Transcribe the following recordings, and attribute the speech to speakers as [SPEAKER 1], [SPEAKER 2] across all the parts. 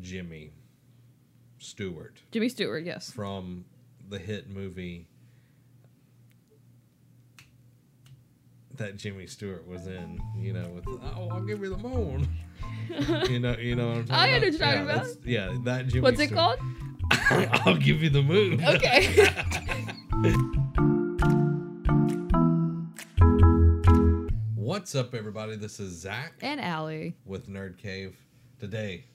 [SPEAKER 1] Jimmy Stewart
[SPEAKER 2] Jimmy Stewart, yes.
[SPEAKER 1] from the hit movie that Jimmy Stewart was in, you know, with oh, I'll give you the moon. you know, you know what I'm talking
[SPEAKER 2] I know what you're
[SPEAKER 1] yeah,
[SPEAKER 2] talking about.
[SPEAKER 1] that's- Yeah, that Jimmy
[SPEAKER 2] What's it
[SPEAKER 1] Stewart.
[SPEAKER 2] called? Oh.
[SPEAKER 1] I'll give you the moon.
[SPEAKER 2] Okay.
[SPEAKER 1] What's up everybody? This is Zach
[SPEAKER 2] and Allie.
[SPEAKER 1] with Nerd Cave today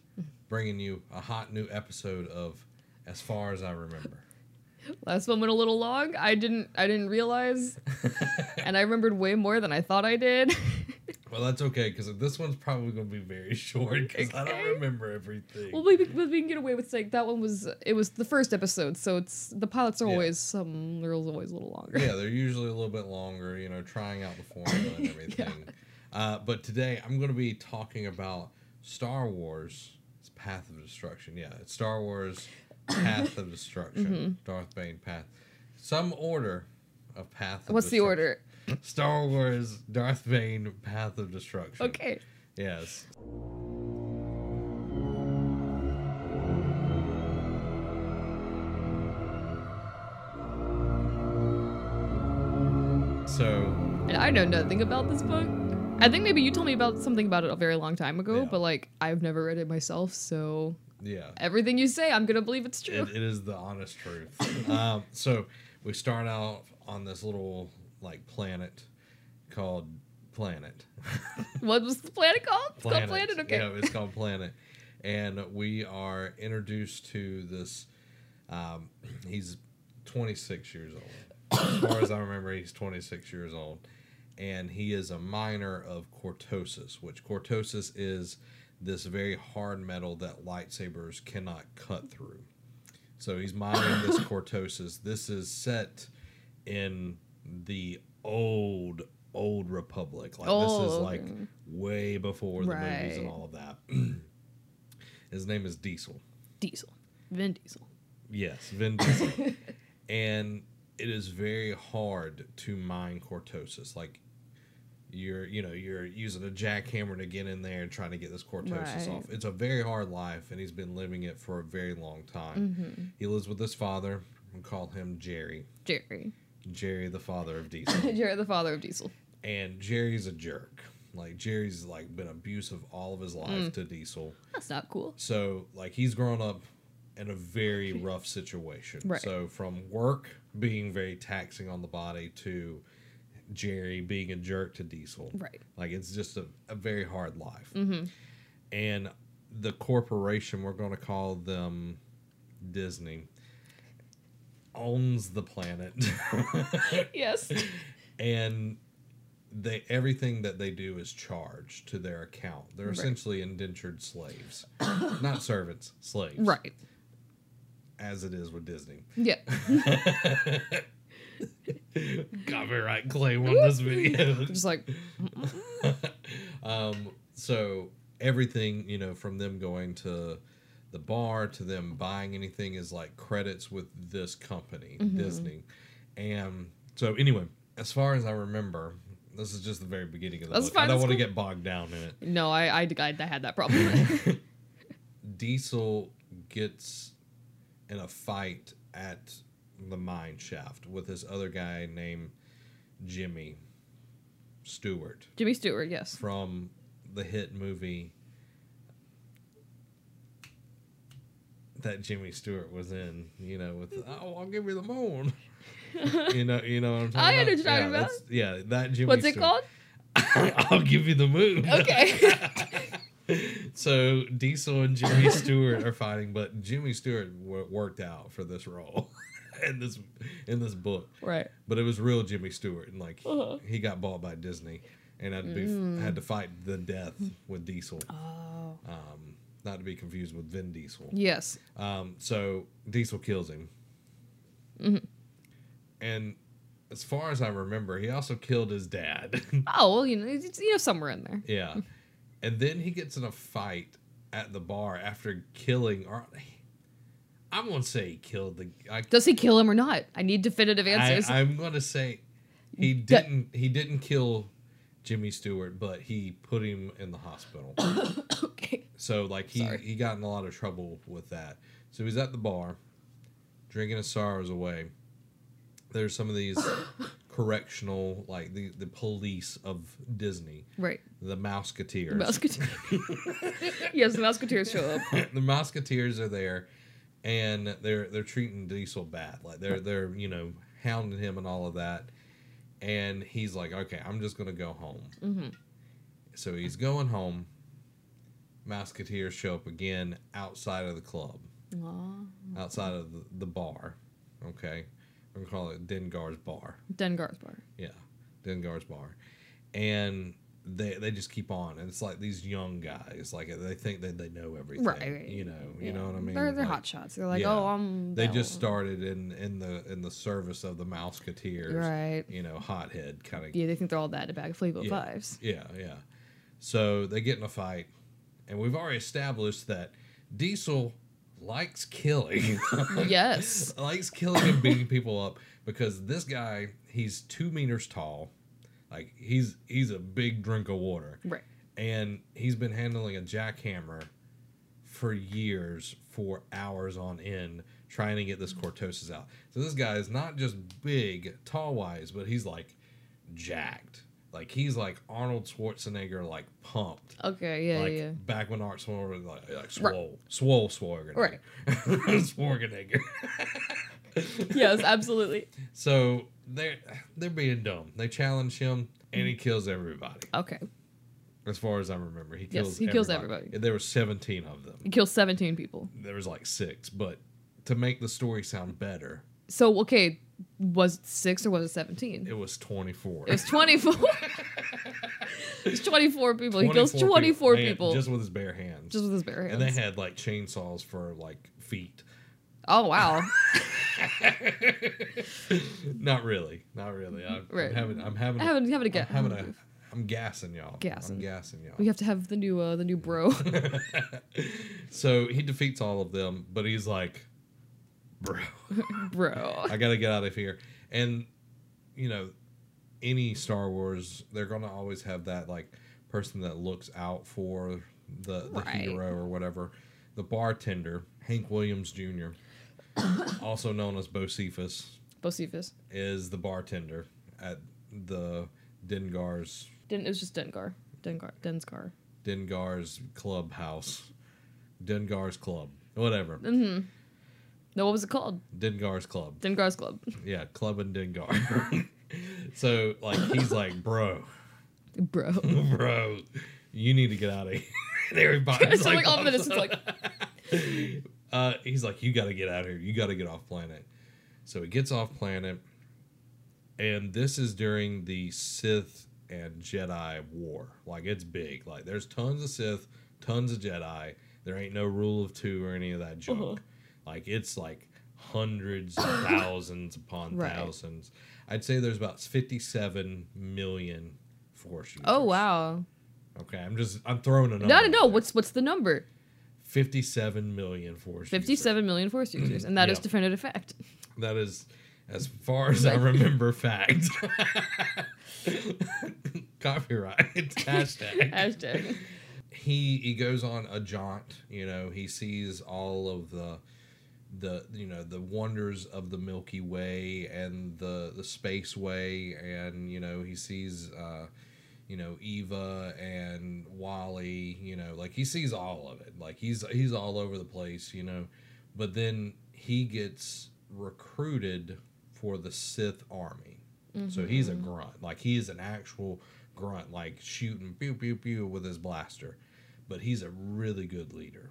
[SPEAKER 1] bringing you a hot new episode of As Far As I Remember.
[SPEAKER 2] Last one went a little long. I didn't I didn't realize and I remembered way more than I thought I did.
[SPEAKER 1] Well, that's okay because this one's probably going to be very short because I don't
[SPEAKER 2] Okay.
[SPEAKER 1] remember everything.
[SPEAKER 2] well we, we we can get away with saying that one was it was the first episode, so it's the pilots are
[SPEAKER 1] Yeah.
[SPEAKER 2] always some they're always a little longer.
[SPEAKER 1] yeah, they're usually a little bit longer, you know, trying out the formula and everything. uh, but today I'm going to be talking about Star Wars it's Path of Destruction. Yeah, it's Star Wars Path of Destruction.
[SPEAKER 2] Mm-hmm.
[SPEAKER 1] Darth Bane Path. Some order of Path of
[SPEAKER 2] What's the
[SPEAKER 1] Destruction.
[SPEAKER 2] order?
[SPEAKER 1] Star Wars Darth Bane Path of Destruction.
[SPEAKER 2] Okay.
[SPEAKER 1] Yes. So,
[SPEAKER 2] And I know nothing about this book. I think maybe you told me about something about it a very long time ago,
[SPEAKER 1] Yeah.
[SPEAKER 2] but like I've never read it myself, so
[SPEAKER 1] yeah,
[SPEAKER 2] everything you say, I'm gonna believe it's true.
[SPEAKER 1] it, it is the honest truth. um, so, we start out on this little like planet called Planet.
[SPEAKER 2] what was the planet called? It's called Planet. Okay.
[SPEAKER 1] Yeah, it's called Planet. And we are introduced to this. Um, he's 26 years old. As far as I remember, he's 26 years old. And he is a miner of cortosis, which cortosis is this very hard metal that lightsabers cannot cut through. So he's mining this cortosis. This is set in the old, old Republic. Like, this is
[SPEAKER 2] Oh,
[SPEAKER 1] like
[SPEAKER 2] okay.
[SPEAKER 1] way before the movies and
[SPEAKER 2] Right.
[SPEAKER 1] all of that. His name is Diesel.
[SPEAKER 2] Diesel. Vin Diesel.
[SPEAKER 1] Yes, Vin Diesel. and it is very hard to mine cortosis. Like you're, you know, you're using a jackhammer to get in there and trying to get this cortosis
[SPEAKER 2] Right.
[SPEAKER 1] off. It's a very hard life, and he's been living it for a very long time.
[SPEAKER 2] Mm-hmm.
[SPEAKER 1] He lives with his father. We call him Jerry.
[SPEAKER 2] Jerry.
[SPEAKER 1] Jerry, the father of Diesel
[SPEAKER 2] Jerry, the father of Diesel.
[SPEAKER 1] and Jerry's a jerk. Like Jerry's like been abusive all of his life
[SPEAKER 2] Mm.
[SPEAKER 1] to Diesel.
[SPEAKER 2] That's not cool.
[SPEAKER 1] So like he's grown up in a very rough situation.
[SPEAKER 2] Right.
[SPEAKER 1] So from work being very taxing on the body to Jerry being a jerk to Diesel.
[SPEAKER 2] Right. Mm-hmm.
[SPEAKER 1] Like it's just a, a very hard life. And the corporation, we're going to call them Disney, owns the planet.
[SPEAKER 2] Yes.
[SPEAKER 1] and they everything that they do is charged to their account. They're
[SPEAKER 2] Right.
[SPEAKER 1] essentially indentured slaves, not servants, slaves,
[SPEAKER 2] right.
[SPEAKER 1] As it is with Disney.
[SPEAKER 2] Yeah.
[SPEAKER 1] Copyright claim on this video.
[SPEAKER 2] Just like
[SPEAKER 1] um, so everything you know from them going to the bar to them buying anything is like credits with this company
[SPEAKER 2] Mm-hmm.
[SPEAKER 1] disney and so anyway as far as i remember this is just the very beginning of the
[SPEAKER 2] That's
[SPEAKER 1] book i
[SPEAKER 2] fine,
[SPEAKER 1] don't
[SPEAKER 2] that's
[SPEAKER 1] want to
[SPEAKER 2] cool.
[SPEAKER 1] get bogged down in it
[SPEAKER 2] no, I I, I had that problem.
[SPEAKER 1] diesel gets in a fight at the mine shaft with this other guy named jimmy stewart
[SPEAKER 2] Jimmy Stewart. Yes.
[SPEAKER 1] from the hit movie that Jimmy Stewart was in, you know, with oh, I'll give you the moon. you know, you know what I'm talking
[SPEAKER 2] I
[SPEAKER 1] about.
[SPEAKER 2] know what you're talking
[SPEAKER 1] yeah,
[SPEAKER 2] about.
[SPEAKER 1] that's- yeah, that Jimmy.
[SPEAKER 2] What's it
[SPEAKER 1] Stewart.
[SPEAKER 2] called?
[SPEAKER 1] I'll give you the moon.
[SPEAKER 2] Okay.
[SPEAKER 1] so Diesel and Jimmy Stewart are fighting, but Jimmy Stewart w- worked out for this role in this in this book.
[SPEAKER 2] right.
[SPEAKER 1] But it was real Jimmy Stewart, and like
[SPEAKER 2] Uh-huh. Mm.
[SPEAKER 1] he got bought by Disney, and had to be had to fight the death with Diesel,
[SPEAKER 2] Oh.
[SPEAKER 1] um, not to be confused with Vin Diesel.
[SPEAKER 2] Yes.
[SPEAKER 1] Um, so Diesel kills him,
[SPEAKER 2] Mm-hmm.
[SPEAKER 1] and as far as I remember, he also killed his dad.
[SPEAKER 2] Oh well, you know, it's, you know, somewhere in there.
[SPEAKER 1] yeah, and then he gets in a fight at the bar after killing. Or I'm gonna say he killed the. I,
[SPEAKER 2] Does he kill him or not? I need definitive
[SPEAKER 1] I,
[SPEAKER 2] answers.
[SPEAKER 1] I'm gonna say he
[SPEAKER 2] That-
[SPEAKER 1] didn't he didn't kill Jimmy Stewart, but he put him in the hospital.
[SPEAKER 2] okay. Okay.
[SPEAKER 1] So like he
[SPEAKER 2] Sorry.
[SPEAKER 1] he got in a lot of trouble with that. So he's at the bar, drinking his sorrows away. There's some of these correctional like the the police of Disney,
[SPEAKER 2] Right.
[SPEAKER 1] the Mouseketeers.
[SPEAKER 2] The Musketeers. yes, the Musketeers show up.
[SPEAKER 1] the Musketeers are there, and they're they're treating Diesel bad. Like they're they're you know hounding him and all of that, and he's like, okay, I'm just gonna go home.
[SPEAKER 2] Mhm.
[SPEAKER 1] So he's going home. Musketeers show up again outside of the club,
[SPEAKER 2] Aw.
[SPEAKER 1] outside of the, the bar. Okay, we're gonna call it Dengar's bar.
[SPEAKER 2] Dengar's bar.
[SPEAKER 1] Yeah, Dengar's bar, and they they just keep on, and it's like these young guys, like they think that they know everything,
[SPEAKER 2] Right, right.
[SPEAKER 1] You know, you know what I mean.
[SPEAKER 2] They're, they're
[SPEAKER 1] Like,
[SPEAKER 2] hot shots. They're like,
[SPEAKER 1] yeah.
[SPEAKER 2] oh, I'm.
[SPEAKER 1] They
[SPEAKER 2] that
[SPEAKER 1] just
[SPEAKER 2] one."
[SPEAKER 1] started in in the in the service of the Mouseketeers,
[SPEAKER 2] Right.
[SPEAKER 1] You know, hothead kind of. Yeah.
[SPEAKER 2] Yeah, they think they're all that in a bag of Flavor
[SPEAKER 1] Yeah.
[SPEAKER 2] Fives.
[SPEAKER 1] yeah, So they get in a fight, and we've already established that Diesel likes killing.
[SPEAKER 2] Yes.
[SPEAKER 1] likes killing and beating people up because this guy he's two meters tall like he's he's a big drink of water
[SPEAKER 2] Right.
[SPEAKER 1] and he's been handling a jackhammer for years for hours on end trying to get this cortosis out so this guy is not just big tall wise but he's like jacked like he's like arnold schwarzenegger like pumped
[SPEAKER 2] Okay. Yeah.
[SPEAKER 1] like
[SPEAKER 2] yeah, yeah.
[SPEAKER 1] back when Art Swole was like, like swole, swole Swargenegger,
[SPEAKER 2] Right.
[SPEAKER 1] Swargenegger.
[SPEAKER 2] yes. Absolutely.
[SPEAKER 1] So they're they're being dumb. They challenge him, and he kills everybody.
[SPEAKER 2] Okay.
[SPEAKER 1] As far as I remember, he
[SPEAKER 2] Yes,
[SPEAKER 1] kills.
[SPEAKER 2] he kills everybody.
[SPEAKER 1] There were seventeen of them.
[SPEAKER 2] It kills 17 people.
[SPEAKER 1] There was like six, but to make the story sound better,
[SPEAKER 2] So okay, was it six or was it 17?
[SPEAKER 1] it was twenty four.
[SPEAKER 2] It was 24. it's 24 people. He kills 24 people.
[SPEAKER 1] just with his bare hands.
[SPEAKER 2] just with his bare hands.
[SPEAKER 1] and they had like chainsaws for like feet.
[SPEAKER 2] oh wow!
[SPEAKER 1] Not really. Not really. I'm,
[SPEAKER 2] Right.
[SPEAKER 1] I'm having. I'm having.
[SPEAKER 2] I haven't having a guess.
[SPEAKER 1] I'm having a. I'm gassing y'all.
[SPEAKER 2] Gassing.
[SPEAKER 1] I'm gassing y'all.
[SPEAKER 2] We have to have the new uh, the new bro.
[SPEAKER 1] so he defeats all of them, but he's like, bro,
[SPEAKER 2] bro.
[SPEAKER 1] I gotta get out of here. And you know, any Star Wars, they're gonna always have that like person that looks out for the, the
[SPEAKER 2] Right.
[SPEAKER 1] hero or whatever. The bartender, Hank Williams Jr., also known as Bo Cephas,
[SPEAKER 2] Bocephus.
[SPEAKER 1] is the bartender at the Dengar's
[SPEAKER 2] Didn't it was just Dengar. Dengar. Dengar.
[SPEAKER 1] Dengar's clubhouse, Dengar's club, whatever.
[SPEAKER 2] Mm-hmm. No, what was it called?
[SPEAKER 1] Dengar's club,
[SPEAKER 2] Dengar's Club.
[SPEAKER 1] yeah, club and Dengar. so like he's like, bro,
[SPEAKER 2] Bro.
[SPEAKER 1] bro, you need to get out of here. And Everybody's
[SPEAKER 2] It's like all minutes. It's like
[SPEAKER 1] uh, he's like, you got to get out of here. You got to get off planet. So he gets off planet, and this is during the Sith and Jedi war. Like it's big. Like there's tons of Sith, tons of Jedi. There ain't no rule of two or any of that junk.
[SPEAKER 2] Uh-huh.
[SPEAKER 1] Like it's like hundreds, of thousands upon
[SPEAKER 2] Right.
[SPEAKER 1] thousands. I'd say there's about fifty-seven million force users.
[SPEAKER 2] oh wow.
[SPEAKER 1] Okay, I'm just I'm throwing a number.
[SPEAKER 2] No, no, no.
[SPEAKER 1] out there.
[SPEAKER 2] What's what's the number?
[SPEAKER 1] 57 million force users.
[SPEAKER 2] Fifty-seven million force users, and that is
[SPEAKER 1] Mm-hmm. Yeah.
[SPEAKER 2] definitive fact.
[SPEAKER 1] That is, as far as I remember, fact. Copyright hashtag.
[SPEAKER 2] Hashtag.
[SPEAKER 1] He he goes on a jaunt. You know, he sees all of the the you know the wonders of the Milky Way and the the space way, and you know he sees. uh you know Eva and Wally. You know, like he sees all of it. Like he's he's all over the place. You know, but then he gets recruited for the Sith army. So he's a grunt. Like he is an actual grunt, like shooting pew pew pew with his blaster. But he's a really good leader.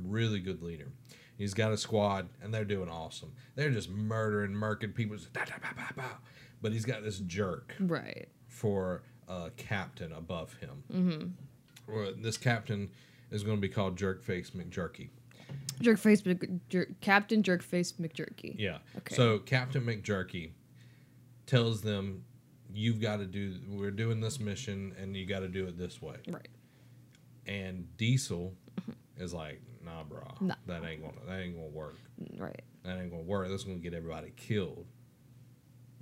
[SPEAKER 1] Really good leader. He's got a squad and they're doing awesome. They're just murdering, murking people. Just da, da, ba, ba, ba. But he's got this jerk
[SPEAKER 2] Right.
[SPEAKER 1] for a captain above him. Mm-hmm. Or this captain is going to be called Jerkface McJerky.
[SPEAKER 2] Jerkface, Mc- Jer- Captain Jerkface McJerky.
[SPEAKER 1] Yeah.
[SPEAKER 2] Okay.
[SPEAKER 1] So Captain McJerky tells them, "You've got to do. We're doing this mission, and you got to do it this way."
[SPEAKER 2] Right.
[SPEAKER 1] And Diesel is like, "Nah, bro,
[SPEAKER 2] Mm-hmm. Nah.
[SPEAKER 1] that ain't gonna that ain't gonna work.
[SPEAKER 2] Right.
[SPEAKER 1] That ain't gonna work. That's gonna get everybody killed."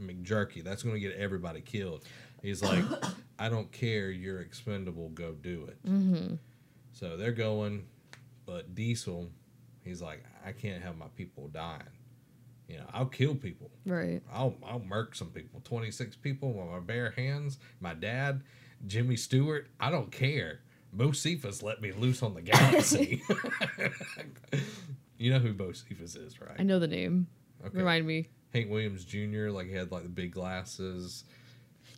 [SPEAKER 1] McJerky, that's gonna get everybody killed. He's like, "I don't care. You're expendable. Go do it."
[SPEAKER 2] Mm-hmm.
[SPEAKER 1] So they're going, but Diesel, he's like, I can't have my people dying. You know, I'll kill people.
[SPEAKER 2] Right.
[SPEAKER 1] I'll I'll murk some people. Twenty six people with my bare hands. My dad, Jimmy Stewart. I don't care. Bo Cephas let me loose on the galaxy. you know who Bo Cephas is,
[SPEAKER 2] I
[SPEAKER 1] right?
[SPEAKER 2] know the name.
[SPEAKER 1] Okay.
[SPEAKER 2] Remind me.
[SPEAKER 1] Hank Williams Jr. Like he had like the big glasses.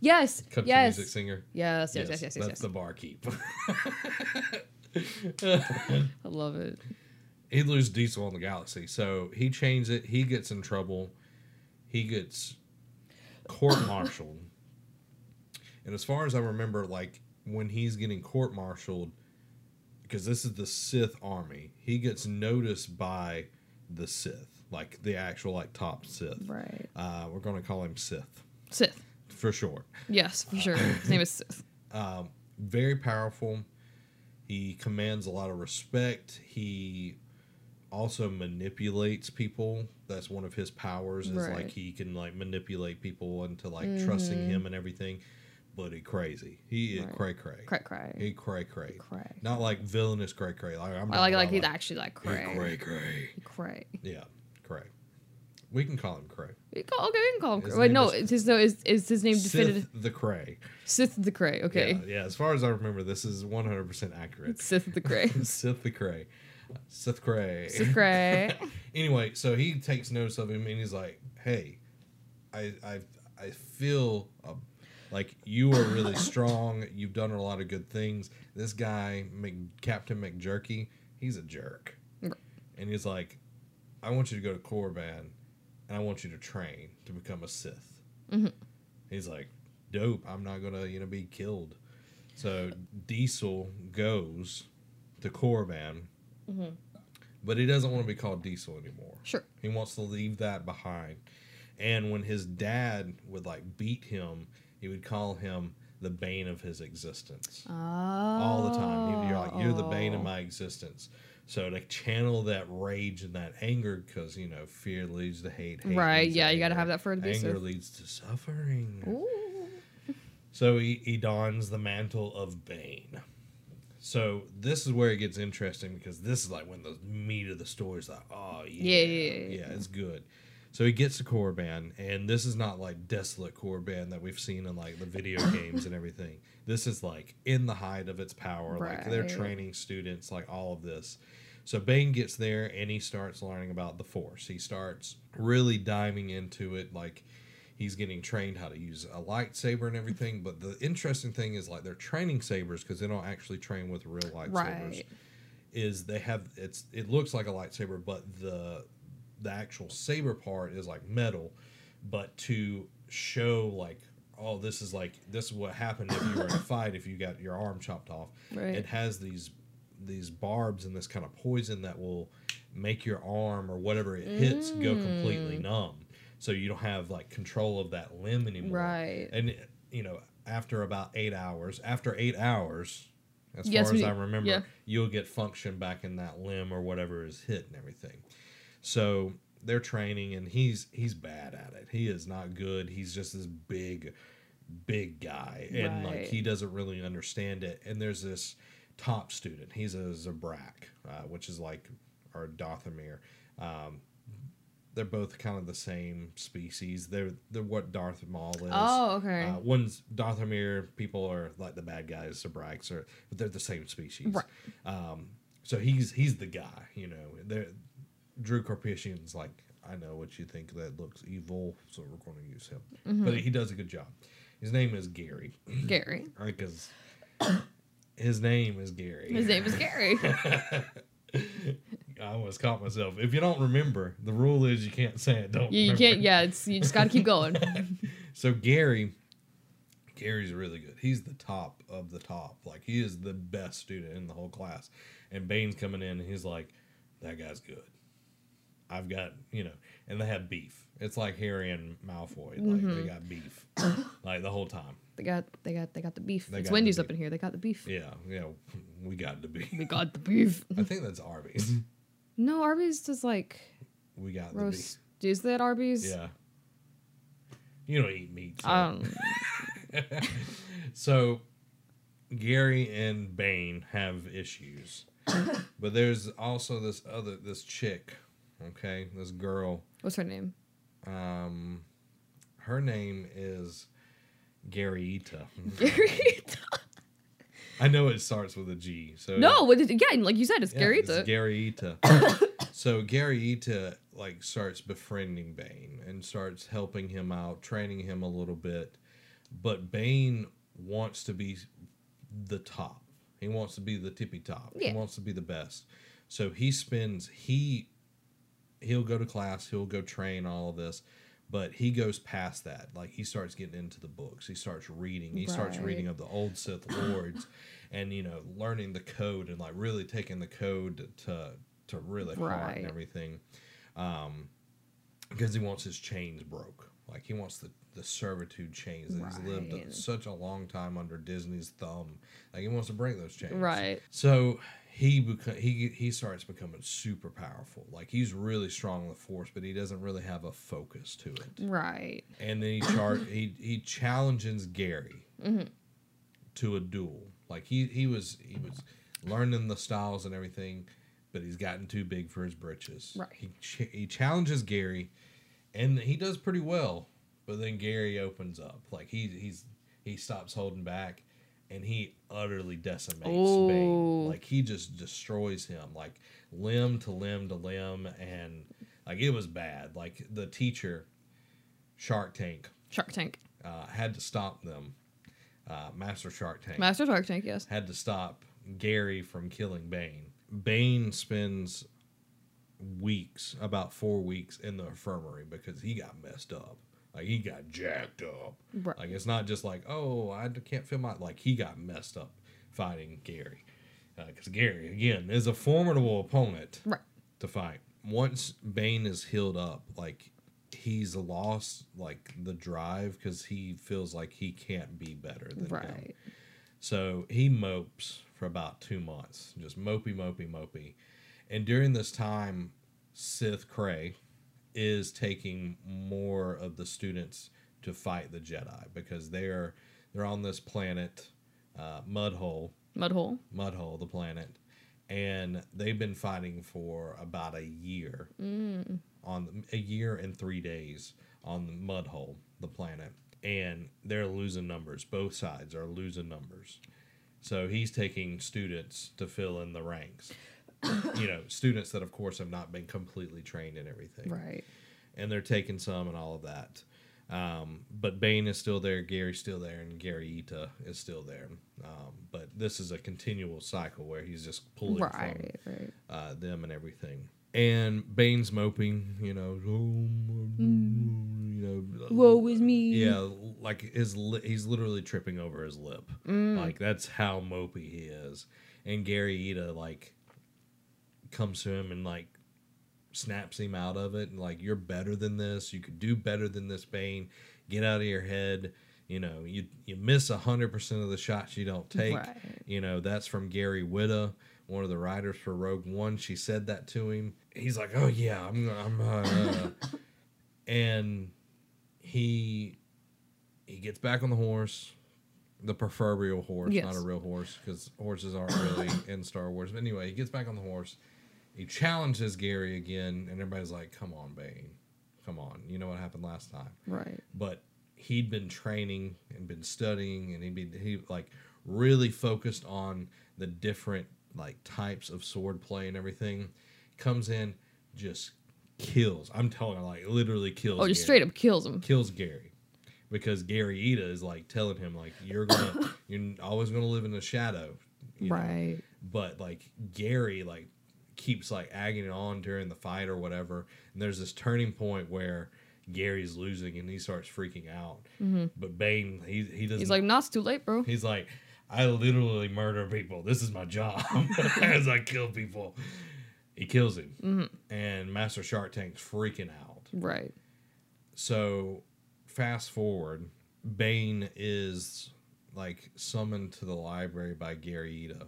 [SPEAKER 2] Yes.
[SPEAKER 1] Country
[SPEAKER 2] Yes.
[SPEAKER 1] music singer.
[SPEAKER 2] yes. Yes. Yes. Yes. Yes.
[SPEAKER 1] that's
[SPEAKER 2] yes.
[SPEAKER 1] the barkeep.
[SPEAKER 2] I love it.
[SPEAKER 1] He'd lose Diesel on the Galaxy. So he chains it. He gets in trouble. He gets court martialed. and as far as I remember, like when he's getting court martialed, because this is the Sith army, he gets noticed by the Sith, like the actual like top Sith.
[SPEAKER 2] Right.
[SPEAKER 1] Uh, we're gonna call him Sith
[SPEAKER 2] Sith.
[SPEAKER 1] for short.
[SPEAKER 2] Yes, for sure. His name is Sith.
[SPEAKER 1] um, very powerful. He commands a lot of respect. He also manipulates people. That's one of his powers. Is
[SPEAKER 2] Right. Mm-hmm.
[SPEAKER 1] like he can like manipulate people into like trusting him and everything. But he crazy. He is
[SPEAKER 2] Right.
[SPEAKER 1] cray cray.
[SPEAKER 2] Cray cray.
[SPEAKER 1] He cray cray.
[SPEAKER 2] Cray.
[SPEAKER 1] Not like villainous cray cray. Like I'm
[SPEAKER 2] I
[SPEAKER 1] not
[SPEAKER 2] like
[SPEAKER 1] about,
[SPEAKER 2] like he's actually like cray.
[SPEAKER 1] He cray cray.
[SPEAKER 2] Cray.
[SPEAKER 1] Yeah, cray. We can call him Cray.
[SPEAKER 2] We call, okay, we can call him.
[SPEAKER 1] His
[SPEAKER 2] Cray. Wait,
[SPEAKER 1] name
[SPEAKER 2] no,
[SPEAKER 1] is-
[SPEAKER 2] it's his no is is his name definitive?
[SPEAKER 1] Sith the Cray.
[SPEAKER 2] Sith the Cray. Okay,
[SPEAKER 1] Yeah, yeah, as far as I remember, this is 100% accurate.
[SPEAKER 2] Sith the Cray.
[SPEAKER 1] Sith the Cray. Sith Cray.
[SPEAKER 2] Sith Cray.
[SPEAKER 1] anyway, so he takes notice of him and he's like, "Hey, I I I feel uh, like you are really strong. You've done a lot of good things. This guy, Mc, Captain McJerky, he's a jerk."
[SPEAKER 2] Right.
[SPEAKER 1] And he's like, "I want you to go to Korriban, and I want you to train to become a Sith."
[SPEAKER 2] Mhm.
[SPEAKER 1] He's like, "Dope. I'm not gonna you know be killed." So Diesel goes to Korriban,
[SPEAKER 2] Mhm.
[SPEAKER 1] but he doesn't want to be called Diesel anymore.
[SPEAKER 2] Sure.
[SPEAKER 1] He wants to leave that behind. And when his dad would like beat him, he would call him the bane of his existence
[SPEAKER 2] Oh.
[SPEAKER 1] all the time. He'd be like, "You're the bane of my existence." So to channel that rage and that anger, because you know fear leads to hate. hate
[SPEAKER 2] Right.
[SPEAKER 1] leads to
[SPEAKER 2] Yeah, you got to
[SPEAKER 1] anger,
[SPEAKER 2] have that for
[SPEAKER 1] Anger
[SPEAKER 2] abusive.
[SPEAKER 1] leads to suffering.
[SPEAKER 2] Ooh.
[SPEAKER 1] So he, he dons the mantle of Bane. So this is where it gets interesting because this is like when the meat of the story is like, oh yeah,
[SPEAKER 2] Yeah, yeah, yeah, yeah.
[SPEAKER 1] it's good. So he gets to Korriban, and this is not like desolate Korriban that we've seen in like the video games and everything. This is like in the height of its power. Like they're
[SPEAKER 2] Right.
[SPEAKER 1] training students, like all of this. So Bane gets there and he starts learning about the Force. He starts really diving into it, like he's getting trained how to use a lightsaber and everything. But the interesting thing is like they're training sabers because they don't actually train with real lightsabers.
[SPEAKER 2] Right.
[SPEAKER 1] Is they have it's it looks like a lightsaber, but the the actual saber part is like metal, but to show like oh this is like this is what happened if you were in a fight if you got your arm chopped off.
[SPEAKER 2] Right.
[SPEAKER 1] It has these these barbs and this kind of poison that will make your arm or whatever it hits go completely
[SPEAKER 2] Mm.
[SPEAKER 1] numb. So you don't have like control of that limb anymore.
[SPEAKER 2] Right.
[SPEAKER 1] And you know, after about eight hours, after eight hours, as
[SPEAKER 2] Yes,
[SPEAKER 1] far as
[SPEAKER 2] we-
[SPEAKER 1] I remember,
[SPEAKER 2] yeah.
[SPEAKER 1] you'll get function back in that limb or whatever is hit and everything. So they're training and he's he's bad at it. He is not good. He's just this big big guy and like
[SPEAKER 2] Right.
[SPEAKER 1] he doesn't really understand it. And there's this top student. He's a Zabrak, uh, which is like or Dothamir. Um, they're both kind of the same species. They're they're what Darth Maul is.
[SPEAKER 2] Oh, okay.
[SPEAKER 1] Uh, one's Dothamir. People are like the bad guys. Zabraks are, but they're the same species.
[SPEAKER 2] Right.
[SPEAKER 1] Um, so he's he's the guy. You know, they're, Drew Carpathian's like, I know what you think that looks evil, so we're going to use him.
[SPEAKER 2] Mm-hmm.
[SPEAKER 1] But he does a good job. His name is Gary,
[SPEAKER 2] Gary.
[SPEAKER 1] right? Because his name is Gary.
[SPEAKER 2] His name is Gary.
[SPEAKER 1] I almost caught myself. If you don't remember, the rule is you can't say it. Don't.
[SPEAKER 2] You, you
[SPEAKER 1] remember.
[SPEAKER 2] can't. Yeah, it's you just got to keep going.
[SPEAKER 1] So Gary, Gary's really good. He's the top of the top. Like he is the best student in the whole class. And Bane's coming in and he's like, "That guy's good. I've got you know." And they have beef. It's like Harry and Malfoy. Like they got beef, like the whole time.
[SPEAKER 2] They got. They got. They got the beef.
[SPEAKER 1] They got
[SPEAKER 2] it's
[SPEAKER 1] the
[SPEAKER 2] Wendy's
[SPEAKER 1] beef.
[SPEAKER 2] up in here. They got the beef.
[SPEAKER 1] Yeah, yeah. We got the beef.
[SPEAKER 2] We got the beef.
[SPEAKER 1] I think that's Arby's.
[SPEAKER 2] No, Arby's does like
[SPEAKER 1] We got the beef.
[SPEAKER 2] roast. Is that Arby's?
[SPEAKER 1] Yeah. You don't eat meat. so-
[SPEAKER 2] Um.
[SPEAKER 1] So Gary and Bane have issues, but there's also this other this chick, okay, this girl.
[SPEAKER 2] What's her name?
[SPEAKER 1] Um, her name is Garyita.
[SPEAKER 2] Gary.
[SPEAKER 1] I know it starts with a G. So
[SPEAKER 2] no, what is it? yeah, and like you said, it's
[SPEAKER 1] Yeah,
[SPEAKER 2] Gary.
[SPEAKER 1] it's Garyita. so Garyita like starts befriending Bane and starts helping him out, training him a little bit. But Bane wants to be the top. He wants to be the tippy top.
[SPEAKER 2] Yeah.
[SPEAKER 1] He wants to be the best. So he spends he he'll go to class, he'll go train all of this, but he goes past that. Like he starts getting into the books. He starts reading. He starts
[SPEAKER 2] Right.
[SPEAKER 1] reading of the old Sith lords and you know, learning the code and like really taking the code to to really heart
[SPEAKER 2] Right.
[SPEAKER 1] and everything. Um because he wants his chains broke. Like he wants the the servitude chains that he's
[SPEAKER 2] Right.
[SPEAKER 1] lived such a long time under Disney's thumb. Like he wants to break those chains.
[SPEAKER 2] Right.
[SPEAKER 1] So he beco- he he starts becoming super powerful. Like he's really strong in the force, but he doesn't really have a focus to it.
[SPEAKER 2] Right.
[SPEAKER 1] And then he char- he he challenges Gary to a duel. Like he he was he was learning the styles and everything, but he's gotten too big for his britches.
[SPEAKER 2] Right.
[SPEAKER 1] He ch- he challenges Gary, and he does pretty well. But then Gary opens up. Like he he's he stops holding back, and he utterly decimates
[SPEAKER 2] Oh.
[SPEAKER 1] Bane. Like he just destroys him. Like limb to limb to limb, and like it was bad. Like the teacher, Shark Tank,
[SPEAKER 2] Shark Tank.
[SPEAKER 1] uh, had to stop them. Uh, Master Shark Tank
[SPEAKER 2] Master Shark Tank. Yes.
[SPEAKER 1] had to stop Gary from killing Bane. Bane spends weeks, about four weeks, in the infirmary because he got messed up. Like he got jacked up.
[SPEAKER 2] Right.
[SPEAKER 1] Like it's not just like, oh, I d- can't feel my. Like he got messed up fighting Gary, because Gary again is a formidable opponent
[SPEAKER 2] Right.
[SPEAKER 1] to fight. Once Bane is healed up, like he's lost like the drive because he feels like he can't be better than him.
[SPEAKER 2] Right.
[SPEAKER 1] So he mopes for about two months, just mopey, mopey, mopey. And during this time, Sith Cray is taking more of the students to fight the Jedi because they're they're on this planet, uh, Mudhole,
[SPEAKER 2] Mudhole.
[SPEAKER 1] Mudhole, the planet, and they've been fighting for about a year on a year and three days on the Mudhole, the planet, and they're losing numbers. Both sides are losing numbers, so he's taking students to fill in the ranks. you know, students that of course have not been completely trained in everything
[SPEAKER 2] Right.
[SPEAKER 1] and they're taking some and all of that. Um, but Bane is still there, Gary's still there, and Gary Ita is still there. Um, but this is a continual cycle where he's just pulling from
[SPEAKER 2] Right. Right.
[SPEAKER 1] uh, them and everything. And Bane's moping, you know, "Oh, my- you know,
[SPEAKER 2] Woe is me.
[SPEAKER 1] yeah, like his li- he's literally tripping over his lip. Like that's how mopey he is. And Gary Ida like comes to him and like snaps him out of it and like you're better than this. You could do better than this, Bane. Get out of your head. You know, you you miss hundred percent of the shots you don't take.
[SPEAKER 2] Right.
[SPEAKER 1] You know, that's from Gary Witta, one of the writers for Rogue One. She said that to him. He's like, "Oh yeah, I'm gonna- I'm uh, uh," and he he gets back on the horse, the proverbial horse,
[SPEAKER 2] Yes.
[SPEAKER 1] not a real horse, because horses aren't really in Star Wars. But anyway, he gets back on the horse. He challenges Gary again, and everybody's like, "Come on, Bane, come on! You know what happened last time."
[SPEAKER 2] Right.
[SPEAKER 1] But he'd been training and been studying, and he'd been he like really focused on the different like types of sword play and everything. Comes in, just kills. I'm telling, you, like literally kills.
[SPEAKER 2] Oh, just
[SPEAKER 1] Gary
[SPEAKER 2] straight up kills him.
[SPEAKER 1] kills Gary because Gary Ida is like telling him like you're gonna you're always gonna live in the shadow, you know?
[SPEAKER 2] Right.
[SPEAKER 1] But like Gary like keeps like agging it on during the fight or whatever, and there's this turning point where Gary's losing and he starts freaking out. But Bane he he doesn't
[SPEAKER 2] Mm-hmm. He's like, nah, it's too late, bro.
[SPEAKER 1] He's like, I literally murder people. This is my job as I kill people. He kills him,
[SPEAKER 2] Mm-hmm.
[SPEAKER 1] and Master Shark Tank's freaking out.
[SPEAKER 2] Right.
[SPEAKER 1] So, fast forward, Bane is like summoned to the library by Gary Ida.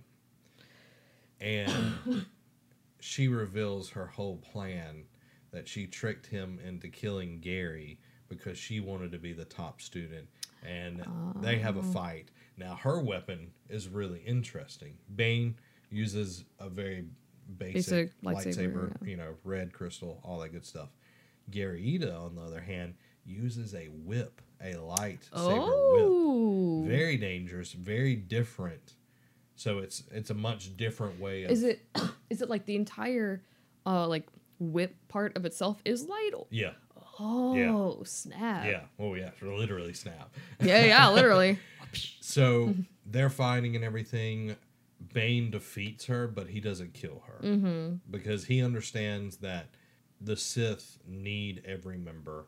[SPEAKER 1] And she reveals her whole plan that she tricked him into killing Gary because she wanted to be the top student and they have a fight. Now her weapon is really interesting. Bane uses a very basic,
[SPEAKER 2] Basic
[SPEAKER 1] lightsaber,
[SPEAKER 2] lightsaber,
[SPEAKER 1] you know, red crystal, all that good stuff. Garita, on the other hand, uses a whip, a lightsaber whip
[SPEAKER 2] Oh,
[SPEAKER 1] very dangerous, very different. So it's it's a much different way of
[SPEAKER 2] is it is it like the entire uh like whip part of itself is light?
[SPEAKER 1] yeah
[SPEAKER 2] Oh
[SPEAKER 1] Yeah.
[SPEAKER 2] snap!
[SPEAKER 1] yeah oh yeah literally snap.
[SPEAKER 2] yeah, yeah, literally.
[SPEAKER 1] So they're fighting and everything. Bane defeats her, but he doesn't kill her
[SPEAKER 2] mm-hmm.
[SPEAKER 1] because he understands that the Sith need every member,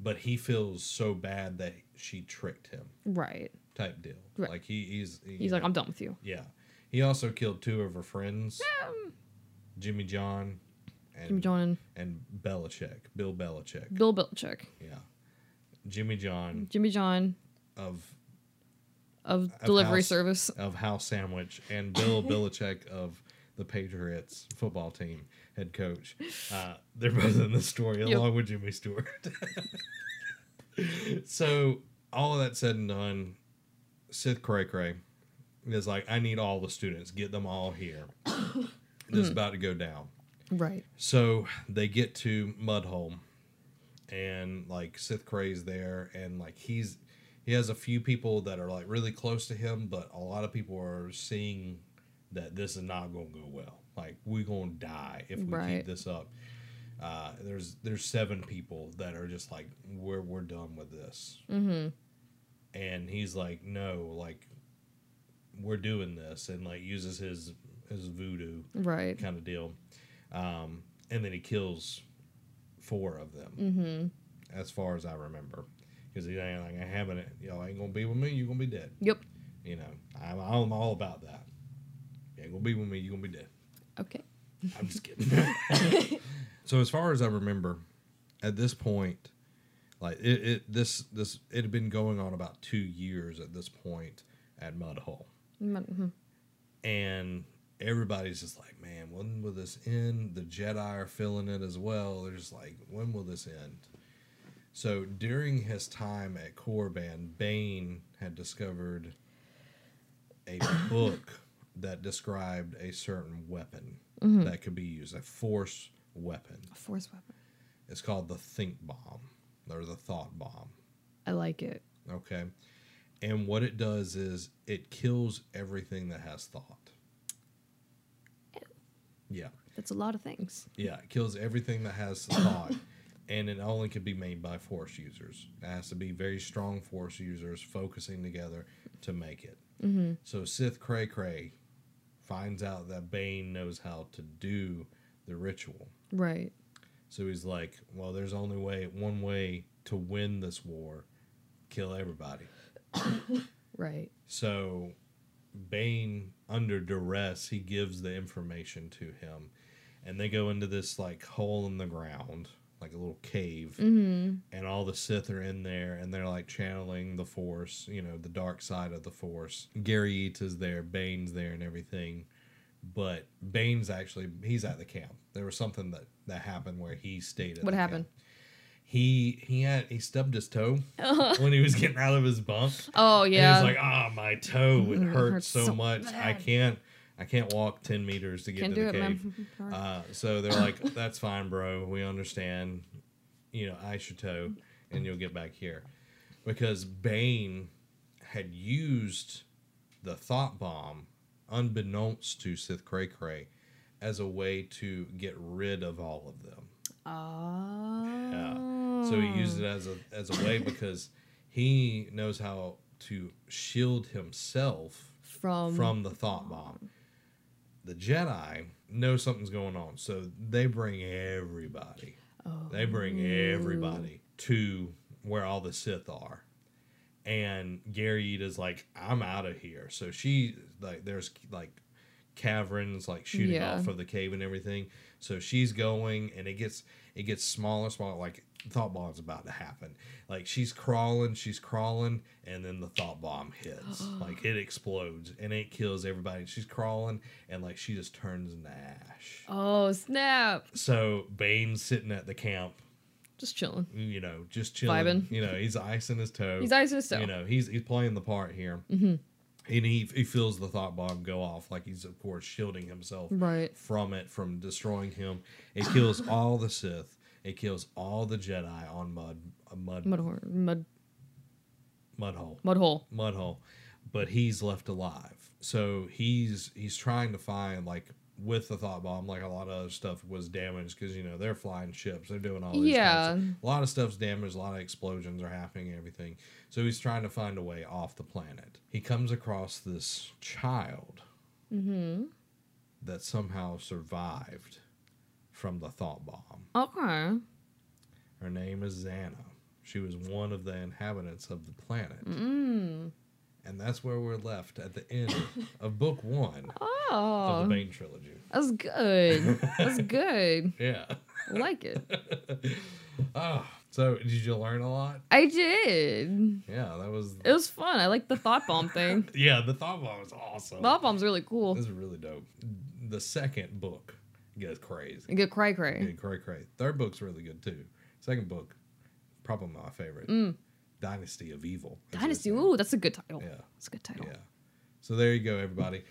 [SPEAKER 1] but he feels so bad that she tricked him
[SPEAKER 2] Right.
[SPEAKER 1] type deal.
[SPEAKER 2] Right.
[SPEAKER 1] Like he, he's he-
[SPEAKER 2] He's like, I'm done with you.
[SPEAKER 1] yeah. He also killed two of her friends,
[SPEAKER 2] Um,
[SPEAKER 1] Jimmy John and
[SPEAKER 2] Jimmy John Mm. and
[SPEAKER 1] and Belichick, Bill Belichick.
[SPEAKER 2] Bill Belichick.
[SPEAKER 1] Yeah. Jimmy John
[SPEAKER 2] Jimmy John
[SPEAKER 1] of
[SPEAKER 2] of delivery
[SPEAKER 1] house.
[SPEAKER 2] service.
[SPEAKER 1] of House Sandwich and Bill Belichick of the Patriots football team head coach. Uh, they're both in the story
[SPEAKER 2] Yep.
[SPEAKER 1] along with Jimmy Stewart. so all of that said and done, Sith Cray Cray is like, I need all the students, get them all here. this is about to go down.
[SPEAKER 2] Right.
[SPEAKER 1] So they get to Mudholm, and like Sith Cray's there, and like he's he has a few people that are like really close to him, but a lot of people are seeing that this is not going to go well. Like we're going to die if we keep
[SPEAKER 2] Right.
[SPEAKER 1] this up. Uh, there's there's seven people that are just like we're we're done with this,
[SPEAKER 2] Mm-hmm.
[SPEAKER 1] and he's like no, like we're doing this, and like uses his his voodoo
[SPEAKER 2] Right.
[SPEAKER 1] kind of deal. Um, and then he kills four of them,
[SPEAKER 2] Mm-hmm.
[SPEAKER 1] as far as I remember. Because he's ain't like, I haven't, y'all ain't gonna be with me, you're gonna be dead.
[SPEAKER 2] Yep.
[SPEAKER 1] You know, I'm, I'm all about that. You ain't gonna be with me, you're gonna be dead.
[SPEAKER 2] Okay.
[SPEAKER 1] I'm just kidding. so as far as I remember, at this point, like it, it this this it had been going on about two years at this point at Mudhole
[SPEAKER 2] Mhm.
[SPEAKER 1] and everybody's just like, man, when will this end? The Jedi are feeling it as well. They're just like, when will this end? So during his time at Korriban, Bane had discovered a book that described a certain weapon that could be used, a force weapon.
[SPEAKER 2] A force weapon.
[SPEAKER 1] It's called the Think Bomb or the Thought Bomb.
[SPEAKER 2] I like it.
[SPEAKER 1] Okay. And what it does is it kills everything that has thought. Yeah.
[SPEAKER 2] That's a lot of things.
[SPEAKER 1] Yeah. It kills everything that has thought. and it only can be made by force users. It has to be very strong force users focusing together to make it.
[SPEAKER 2] Mm-hmm.
[SPEAKER 1] So Sith Cray Cray finds out that Bane knows how to do the ritual.
[SPEAKER 2] Right.
[SPEAKER 1] So he's like, well, there's only way, one way to win this war kill everybody.
[SPEAKER 2] Right.
[SPEAKER 1] So Bane under duress, he gives the information to him and they go into this like hole in the ground, like a little cave,
[SPEAKER 2] Mm-hmm.
[SPEAKER 1] and all the Sith are in there and they're like channeling the force, you know, the dark side of the force. Gary Eats is there, Bane's there and everything. But Bane's actually he's at the camp. There was something that that happened where he stayed at
[SPEAKER 2] What
[SPEAKER 1] the
[SPEAKER 2] happened?
[SPEAKER 1] camp. He he had he stubbed his toe when he was getting out of his bunk.
[SPEAKER 2] Oh yeah.
[SPEAKER 1] And he's like, ah, my toe, it
[SPEAKER 2] Mm, it
[SPEAKER 1] hurts
[SPEAKER 2] hurts
[SPEAKER 1] so,
[SPEAKER 2] so
[SPEAKER 1] much. I
[SPEAKER 2] bad."
[SPEAKER 1] can't, I can't walk ten meters to get
[SPEAKER 2] Can't
[SPEAKER 1] to
[SPEAKER 2] do
[SPEAKER 1] the
[SPEAKER 2] it,
[SPEAKER 1] cave.
[SPEAKER 2] man. Sorry.
[SPEAKER 1] Uh, so they're like, that's fine, bro. We understand. You know, ice your toe, and you'll get back here, because Bane had used the thought bomb, unbeknownst to Sith Cray Cray, as a way to get rid of all of them.
[SPEAKER 2] Oh.
[SPEAKER 1] Uh, So he used it as a as a
[SPEAKER 2] Mm.
[SPEAKER 1] way because he knows how to shield himself
[SPEAKER 2] from
[SPEAKER 1] from the thought bomb. The Jedi know something's going on, so they bring everybody.
[SPEAKER 2] Oh.
[SPEAKER 1] They bring everybody to where all the Sith are. And Gary is like, I'm out of here. So she like there's like caverns like shooting
[SPEAKER 2] Yeah.
[SPEAKER 1] off of the cave and everything. So she's going and it gets it gets smaller, smaller, like thought bomb's about to happen. Like she's crawling, she's crawling, and then the thought bomb hits. like it explodes and it kills everybody. She's crawling and like she just turns into ash.
[SPEAKER 2] Oh snap!
[SPEAKER 1] So Bane's sitting at the camp
[SPEAKER 2] Just chilling.
[SPEAKER 1] you know, just chilling.
[SPEAKER 2] Vibing.
[SPEAKER 1] You know, he's icing his toe.
[SPEAKER 2] He's icing his toe.
[SPEAKER 1] You know, he's he's playing the part here, mm-hmm. and he he feels the thought bomb go off. Like he's of course shielding himself
[SPEAKER 2] Right.
[SPEAKER 1] from it, from destroying him. It kills all the Sith. It kills all the Jedi on mud a mud mud,
[SPEAKER 2] Mud, hor- mud,
[SPEAKER 1] hole
[SPEAKER 2] mud hole.
[SPEAKER 1] mud hole, but he's left alive. So he's he's trying to find like with the thought bomb, like a lot of other stuff was damaged because you know they're flying ships, they're doing all these
[SPEAKER 2] Yeah.
[SPEAKER 1] types of- a lot of stuff's damaged, a lot of explosions are happening, and everything. So he's trying to find a way off the planet. He comes across this child
[SPEAKER 2] Mm-hmm.
[SPEAKER 1] that somehow survived from the thought bomb.
[SPEAKER 2] Okay.
[SPEAKER 1] Her name is Xana. She was one of the inhabitants of the planet.
[SPEAKER 2] Mm.
[SPEAKER 1] And that's where we're left at the end of book one of the
[SPEAKER 2] Oh,
[SPEAKER 1] Bane trilogy.
[SPEAKER 2] that's good. That's good.
[SPEAKER 1] Yeah.
[SPEAKER 2] I like it.
[SPEAKER 1] Oh, so did you learn a lot?
[SPEAKER 2] I did.
[SPEAKER 1] Yeah, that was.
[SPEAKER 2] It was fun. I liked the thought bomb thing.
[SPEAKER 1] Yeah, the thought bomb was awesome.
[SPEAKER 2] Thought bomb's really cool.
[SPEAKER 1] This is really dope. The second book gets crazy.
[SPEAKER 2] And get cry cry.
[SPEAKER 1] Get cray cray. Third book's really good too. Second book, probably my favorite.
[SPEAKER 2] Mm.
[SPEAKER 1] Dynasty of Evil. is
[SPEAKER 2] Dynasty.
[SPEAKER 1] its name.
[SPEAKER 2] Ooh, that's a good title.
[SPEAKER 1] Yeah.
[SPEAKER 2] That's a good title.
[SPEAKER 1] Yeah. So there you go, everybody.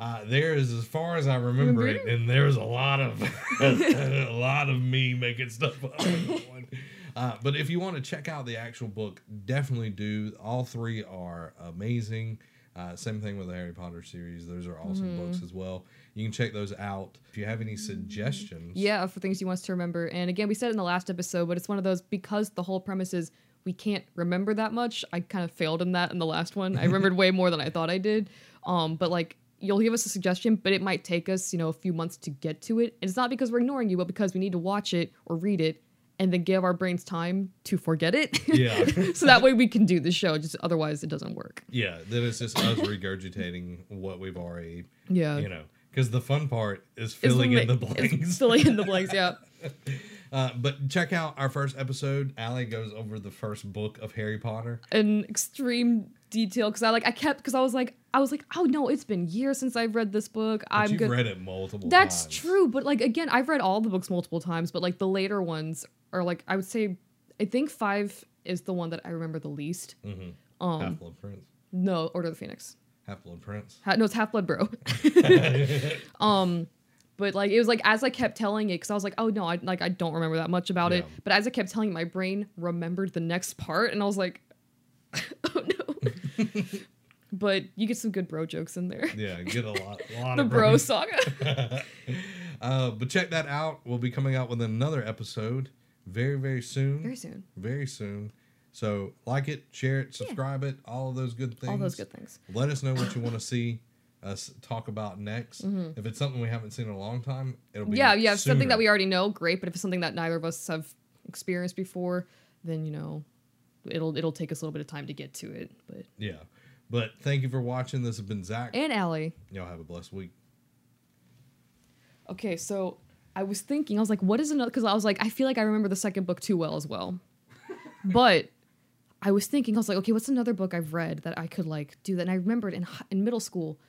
[SPEAKER 1] Uh, there is, as far as I remember it, and there's a lot of a lot of me making stuff up. in that one. Uh, but if you want to check out the actual book, definitely do. All three are amazing. Uh, same thing with the Harry Potter series; those are awesome books as well. You can check those out. If you have any suggestions,
[SPEAKER 2] Yeah, for things you want us to remember. And again, we said it in the last episode, but it's one of those because the whole premise is we can't remember that much. I kind of failed in that in the last one. I remembered way more than I thought I did. Um, but like you'll give us a suggestion, but it might take us, you know, a few months to get to it. And it's not because we're ignoring you, but because we need to watch it or read it and then give our brains time to forget it.
[SPEAKER 1] Yeah.
[SPEAKER 2] so that way we can do the show. Just otherwise it doesn't work.
[SPEAKER 1] yeah, then it's just us regurgitating what we've already,
[SPEAKER 2] Yeah.
[SPEAKER 1] you know, because the fun part is
[SPEAKER 2] It's
[SPEAKER 1] filling in
[SPEAKER 2] ma-
[SPEAKER 1] the
[SPEAKER 2] it's
[SPEAKER 1] blanks.
[SPEAKER 2] Filling in the blanks, yeah.
[SPEAKER 1] Uh, but check out our first episode. Allie goes over the first book of Harry Potter.
[SPEAKER 2] in extreme detail because I like I kept because I was like I was like oh no it's been years since I've read this book
[SPEAKER 1] But
[SPEAKER 2] I'm
[SPEAKER 1] you've
[SPEAKER 2] good
[SPEAKER 1] read it multiple
[SPEAKER 2] that's
[SPEAKER 1] times.
[SPEAKER 2] true but like again I've read all the books multiple times but like the later ones are like I would say I think five is the one that I remember the least
[SPEAKER 1] hmm
[SPEAKER 2] um
[SPEAKER 1] Half Blood Prince.
[SPEAKER 2] no Order of the Phoenix
[SPEAKER 1] Half Blood Prince.
[SPEAKER 2] ha- no it's Half Blood Bro um but like it was like as I kept telling it because I was like oh no I like I don't remember that much about it
[SPEAKER 1] Yeah.
[SPEAKER 2] but as I kept telling it my brain remembered the next part and I was like oh no but you get some good bro jokes in there
[SPEAKER 1] yeah, you get a lot, a lot
[SPEAKER 2] the
[SPEAKER 1] of
[SPEAKER 2] bro
[SPEAKER 1] bros.
[SPEAKER 2] saga
[SPEAKER 1] uh, but check that out. We'll be coming out with another episode very, very soon.
[SPEAKER 2] very soon
[SPEAKER 1] Very soon. So like it, share it, subscribe it, all of those good things.
[SPEAKER 2] all those good things
[SPEAKER 1] Let us know what you want to see us talk about next. If it's something we haven't seen in a long time, it'll be
[SPEAKER 2] Mm-hmm. yeah yeah if something that
[SPEAKER 1] sooner.
[SPEAKER 2] we already know great but if it's something that neither of us have experienced before then you know it'll it'll take us a little bit of time to get to it but
[SPEAKER 1] Yeah. But thank you for watching. This has been Zach.
[SPEAKER 2] and Allie
[SPEAKER 1] Y'all have a blessed week.
[SPEAKER 2] Okay, so I was thinking, I was like, what is another? Because I was like, I feel like I remember the second book too well as well. but I was thinking, I was like, okay, what's another book I've read that I could like do that? And I remembered in hi- in middle school,